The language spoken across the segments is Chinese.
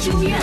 究院。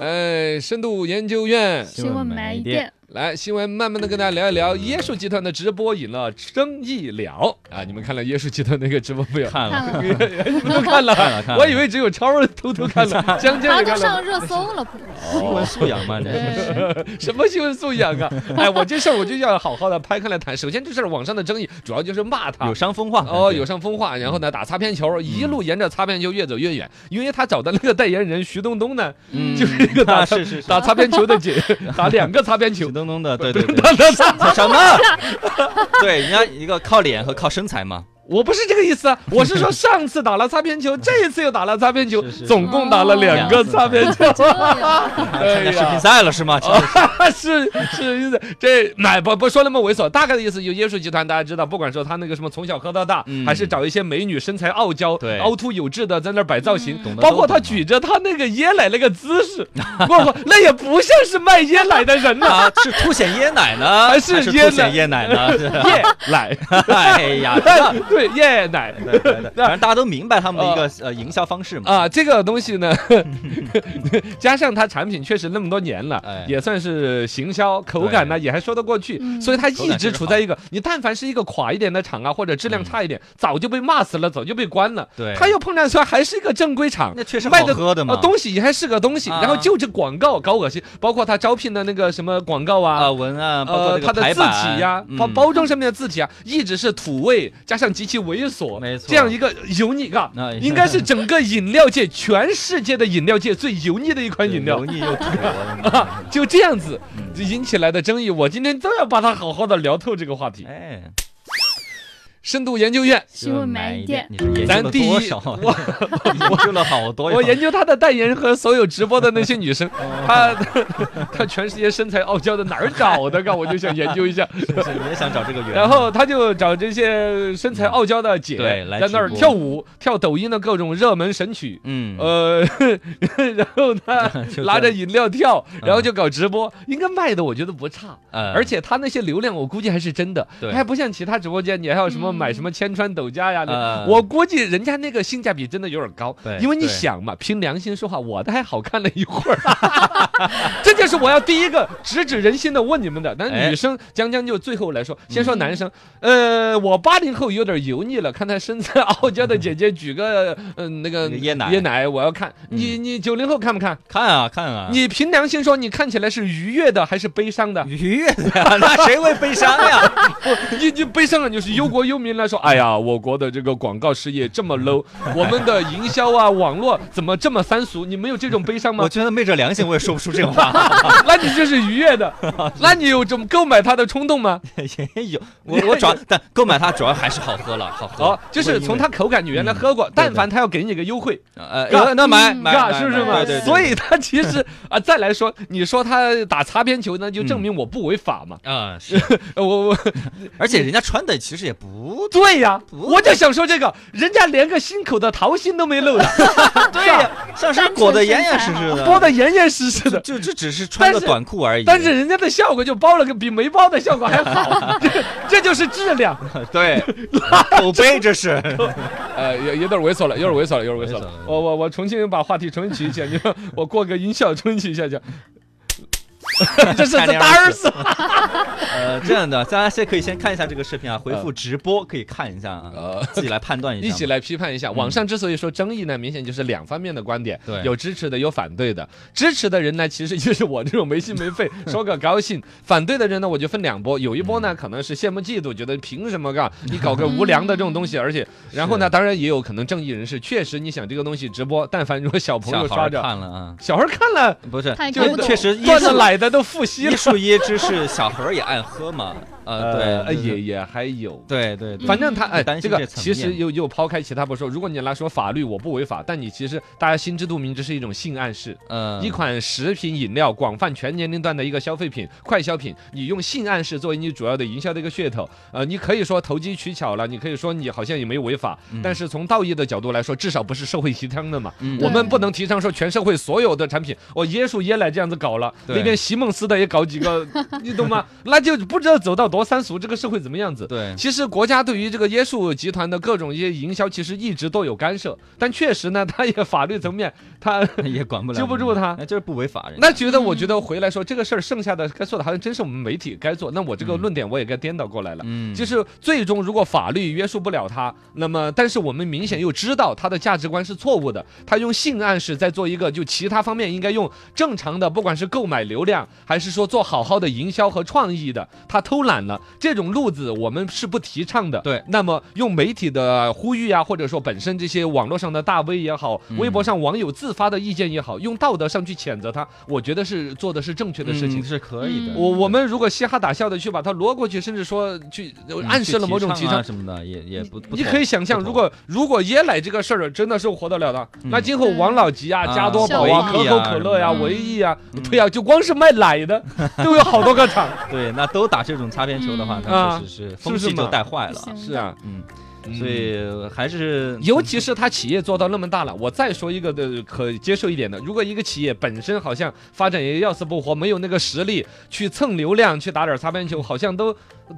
哎，深度研究院。新闻买一点，来，新闻慢慢的跟大家聊一聊，椰树集团的直播引了争议了啊！你们看了椰树集团那个直播没有？看了看你了，们都 看了，看了看了，我以为只有超儿偷偷看了， 江江好也都看上了。热搜了， 不新哦闻素养嘛，这是对，什么新闻素养 啊！哎，我这事儿我就要好好的拍开来谈。首先，这事儿网上的争议主要就是骂他有。伤风 化哦，有伤风化，然后呢，打擦边球，一路沿着擦边球越走越远，因为他找的那个代言人徐冬冬呢，嗯 就是一个打啊是是是打擦边球的 姐，打两个擦边球徐，冬冬的，对对对，打打擦 什么？ 对，人家一个靠脸和靠身材嘛，我不是这个意 思啊，我是说上次打了擦边球，这一次又打了擦边球，是是是总共打了两个擦边球。哎参加世呀乒，赛了是吗？哦真的是 是是意思，这那不不说那么猥琐，大概的意思就椰树集团大家知道，不管说他那个什么从小喝到大，嗯还是找一些美女身材傲娇、对凹凸有致的在那儿摆造型，懂得包括都懂他举着他那个椰奶那个姿势，我我那也不像是卖椰奶的人 呐、啊，是凸显椰奶呢，还还是是椰凸显椰奶呢？椰 奶，哎呀，对椰奶。对对 对，反正大家都明白他们的一个呃营销方式嘛。啊，这个东西 呢， 加上它产品确实那么多年了，哎也算是行销，口感呢也还说得过去，嗯所以它口一感直确实处在一个，你但凡是一个垮一点的厂啊，或者质量差一点，早就被骂死了，早就被关了。嗯对，它又碰撞出来还是一个正规厂。那确实卖好的喝的嘛呃，。东西也还是个东西，啊然后就着广告搞恶心，包括它招聘的那个什么广告啊啊，，文案包括呃，这它个的排字版体呀，包嗯包装上面的字体啊，一直是土味加上极其猥琐，没错这样一个油腻啊哎，应该是整个饮料界、全世界的饮料界最油腻的一款饮料油，腻 嗯又土，我的妈就这样子引起来的争议，我今天都要把它好好的聊透这个话题。哎，深度研究院，新闻买一点，你是研咱究了第一，多少？我 研究了好哦多呀，我研究他的代言人和所有直播的那些女生，他 他全世界身材傲娇的哪儿找的？嘎，啊我就想研究一下。是 也想找这个原因。然后他就找这些身材傲娇的姐，对来在那儿直播跳舞，跳抖音的各种热门神曲。嗯呃， 然后呢， 就这样拿着饮料跳，嗯然后就搞直播，应该卖的我觉得不差，呃而且他那些流量我估计还是真的，对还不像其他直播间，你还要什么嗯买什么千川斗家呀，呃我估计人家那个性价比真的有点高，对因为你对想嘛，凭良心说话，我的还好看了一会儿， 这就是我要第一个直指人心的问你们的。那哎嗯女生江江就最后来说，先说男生，呃，我八零后有点油腻了，看他身材傲娇的姐姐举个嗯、呃那个那个椰奶椰奶，我要看你你九零后看不看？看啊看啊，你凭良心说，你看起来是愉悦的还是悲伤的？愉悦的啊 呀，那谁会悲伤呀？你你悲伤了，就是忧国忧民来说，哎呀，我国的这个广告事业这 么 low，我们的营销啊，网络怎么这么三俗？你没有这种悲伤吗啊 我？觉得昧着良心我也说不出这种话， 那你就是愉悦 的，那你有种购买它的冲动吗？也有我我主要但购买它主要还是好喝了，好喝。哦，就是不会因为从它口感，你原来喝嗯过，但凡它要给你个优惠，呃嘎呃那买嗯买嘎买是不是买嘛？对对对，所以它其 实啊，再来说，你说它打擦边球呢，就嗯证明我不违法嘛。啊是，呃我 我而且人家穿的其实也不对呀，不我就想说这个，人家连个心口的桃心都没露 的，啊对呀，像是裹得严严实实的，剥的严严实实的。就这只是穿个但是短裤而已。但是人家的效果就包了个比没包的效果还 好，这这就是质量。 对口碑这是呃，有有点猥琐了，有点猥琐了，有点猥猥琐了我我我重新把话题重新起一下，你们我过个音效重新起一下 讲。这是差这点单儿儿死。呃这样的，大家先可以先看一下这个视频啊，回复直播可以看一下啊，呃自己来判断一下嗯嘛。一起来批判一下，网上之所以说争议呢，明显就是两方面的观点，嗯对有支持的，有反对的。支持的人呢，其实就是我这种没心没 肺，说个高兴；反对的人呢，我就分两波，有一波嗯呢可能是羡慕嫉妒，觉得凭什么 干，你搞个无良的这种东嗯西，而且，然后呢，当然也有可能正义人士，确实你想这个东西直播，但凡如果小朋小友孩刷儿着，看了啊，小孩看了，不是，太就看不懂确实一断树了奶的都复吸一了，树椰汁是小孩儿也爱喝嘛，呃呃对，也也还有。对对，对反正他哎，嗯担这心个这层其实面又又抛开其他不说，如果你来说法律我不违法，但你其实大家心知肚明，这是一种性暗示。呃一款食品饮料广泛全年龄段的一个消费品、快消品，你用性暗示作为你主要的营销的一个噱头，呃，你可以说投机取巧了，你可以说你好像也没有违法，但是从道义的角度来说，至少不是社会提倡的嘛。嗯我们对不能提倡说全社会所有的产品，哦我椰树椰奶这样子搞了，对那边席梦思的也搞几个，你懂吗？那就不知道走到多国三俗这个社会怎么样子？对，其实国家对于这个椰树集团的各种一些营销，其实一直都有干涉，但确实呢，它也法律层面，它 也管不了，揪不住他那就是不违法人家。那觉得我觉得回来说这个事儿，剩下的该做的好像真是我们媒体该做，那我这个论点我也该颠倒过来了。嗯，其实最终如果法律约束不了他，那么但是我们明显又知道他的价值观是错误的，他用性暗示在做一个就其他方面应该用正常的，不管是购买流量还是说做好好的营销和创意的，他偷懒了这种路子我们是不提倡的。对那么用媒体的呼吁啊，或者说本身这些网络上的大 V 也好，嗯微博上网友自发的意见也好，用道德上去谴责他，我觉得是做的是正确的事情嗯。是可以的。我我们如果嘻哈打笑的去把它挪过去，甚至说去嗯暗示了某种提去提倡倡啊。什么的，也也不不你妥可以想象，如不同果如果椰奶这个事儿真的是活得了的，嗯那今后王老吉啊、啊加多宝啊、维可益啊口可乐呀、什么的维益啊嗯，对呀，就光是卖奶 的都有好多个厂，对，那都打这种擦边球的话，嗯那确实是风是气嘛就带坏了不啊。行啊是啊，嗯，嗯所以还是 尤其是他企业做到那么大了，我再说一个的可接受一点的，如果一个企业本身好像发展也要死不活，没有那个实力去蹭流量，去打点擦边球，好像都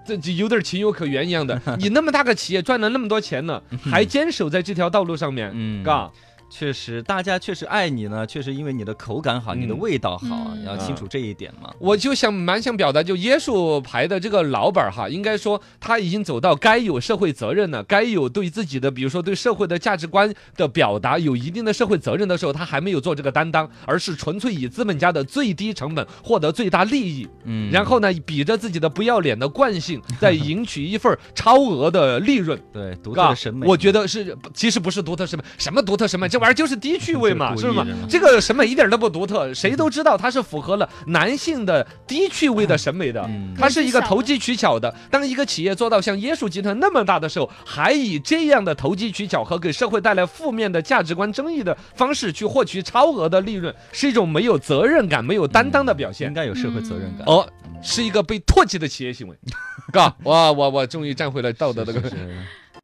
这这有点情有可原一样的。你那么大个企业赚了那么多钱呢，还坚守在这条道路上面，嗯，嘎，确实，大家确实爱你呢，确实因为你的口感好，嗯你的味道好啊，嗯要清楚这一点嘛。我就想蛮想表达，就椰树牌的这个老板儿哈，应该说他已经走到该有社会责任了，该有对自己的，比如说对社会的价值观的表达有一定的社会责任的时候，他还没有做这个担当，而是纯粹以资本家的最低成本获得最大利益，嗯，然后呢，比着自己的不要脸的惯性，在赢取一份儿超额的利润。对独特嘎的审美，我觉得是，其实不是独特审美，什么独特审美，这玩意儿就是低趣味嘛， 就是是故吗意的嘛？这个审美一点都不独特，谁都知道它是符合了男性的低趣味的审美的。嗯它是一个投机取巧的。当一个企业做到像椰树集团那么大的时候，还以这样的投机取巧和给社会带来负面的价值观争议的方式去获取超额的利润，是一种没有责任感、没有担当的表现应。该有社会责任感。哦，是一个被唾弃的企业行为，嘎！哇，我我终于站回了道德的。是是是